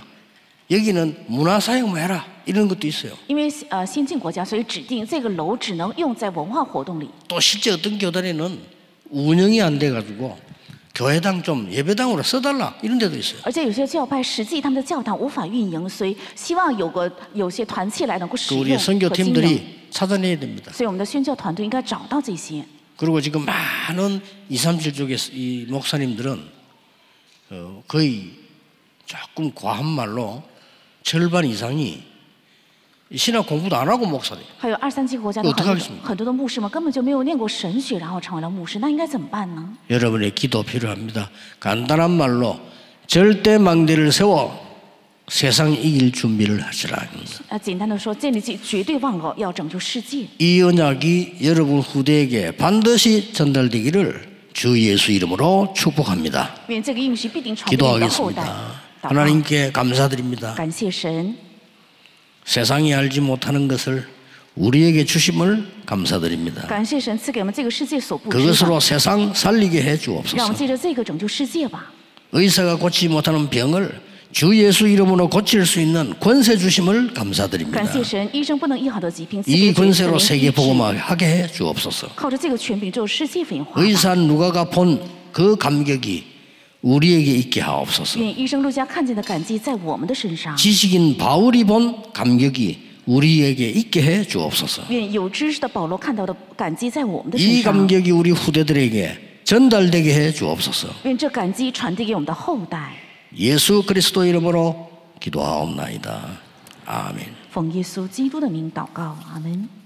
[SPEAKER 1] 여기는 문화 사용만 해라 이런 것도 있어요.
[SPEAKER 2] 因为呃先进国家，所以指定这个楼只能用在文化活动里。
[SPEAKER 1] 또 실제 어떤 교단에는 운영이 안 돼 가지고 교회당 좀 예배당으로 써달라 이런 데도 있어요.
[SPEAKER 2] 而且有些教派实际他们的教堂无法运营，所以希望有个有些团契来能够使
[SPEAKER 1] 그
[SPEAKER 2] 用
[SPEAKER 1] 우리
[SPEAKER 2] 和经营。
[SPEAKER 1] 선교팀들이 찾아내야 됩니다.
[SPEAKER 2] 所以我们的宣教团队应该找到这些。
[SPEAKER 1] 그리고 지금 많은 2, 3실 쪽의 이 목사님들은 어, 거의 조금 과한 말로 절반 이상이 신학 공부도 안 하고 목사돼요.
[SPEAKER 2] 还有二三七国家的
[SPEAKER 1] 有
[SPEAKER 2] 很
[SPEAKER 1] 特
[SPEAKER 2] 多
[SPEAKER 1] 别
[SPEAKER 2] 的
[SPEAKER 1] 什么
[SPEAKER 2] 很多的牧师们根本就没有念过神学，然后成为了牧师，那应该怎么办呢？
[SPEAKER 1] 여러분의 기도 필요합니다. 간단한 말로 절대 망대를 세워 세상 이길 준비를 하시라. 합니다.
[SPEAKER 2] 呃，简单的说，建立起绝对望楼，要拯救世界。
[SPEAKER 1] 이 언약이 여러분 후대에게 반드시 전달되기를 주 예수 이름으로 축복합니다.
[SPEAKER 2] 愿这个应许必定传给你的后
[SPEAKER 1] 기도하겠습니다. 。
[SPEAKER 2] 代
[SPEAKER 1] 뭐,
[SPEAKER 2] 祷告
[SPEAKER 1] 하나님께 뭐. 감사드립니다.
[SPEAKER 2] 感谢神，
[SPEAKER 1] 세상이 알지 못하는 것을 우리에게 주심을 감사드립니다.
[SPEAKER 2] 感谢神赐给我们这个世界所
[SPEAKER 1] 뭐.
[SPEAKER 2] 不知道，
[SPEAKER 1] 그것으로 세상 살리게 해
[SPEAKER 2] 让我
[SPEAKER 1] 주옵소서.
[SPEAKER 2] 们借着这个拯救世界吧。
[SPEAKER 1] 의사가 고치지 못하는 병을 주 예수 이름으로 고칠 수 있는 권세 주심을
[SPEAKER 2] 感
[SPEAKER 1] 감사드립니다.
[SPEAKER 2] 谢神，医生不能医好的疾病，赐
[SPEAKER 1] 이
[SPEAKER 2] 给我们
[SPEAKER 1] 권세로
[SPEAKER 2] 神
[SPEAKER 1] 세계
[SPEAKER 2] 医治
[SPEAKER 1] 복음화하게 해 주옵소서.
[SPEAKER 2] 靠着这个权柄，只有世界文化吧。
[SPEAKER 1] 의사 누가가 본 그 감격이 우리에게 있게 하옵소서.
[SPEAKER 2] 愿医生陆家看见的感激在我们的身上，
[SPEAKER 1] 지식인 바울이 본 감격이 우리에게 있게 해 주옵소서.
[SPEAKER 2] 愿有知识的保罗看到的感激在我们的身
[SPEAKER 1] 이
[SPEAKER 2] 上，
[SPEAKER 1] 감격이 우리 후대들에게 전달되게 해 주옵소서.
[SPEAKER 2] 愿这感激传递给我们的后代。
[SPEAKER 1] 예수 그리스도 이름으로 기도하옵나이다. 아멘.
[SPEAKER 2] 奉耶稣基督的名祷告，阿门。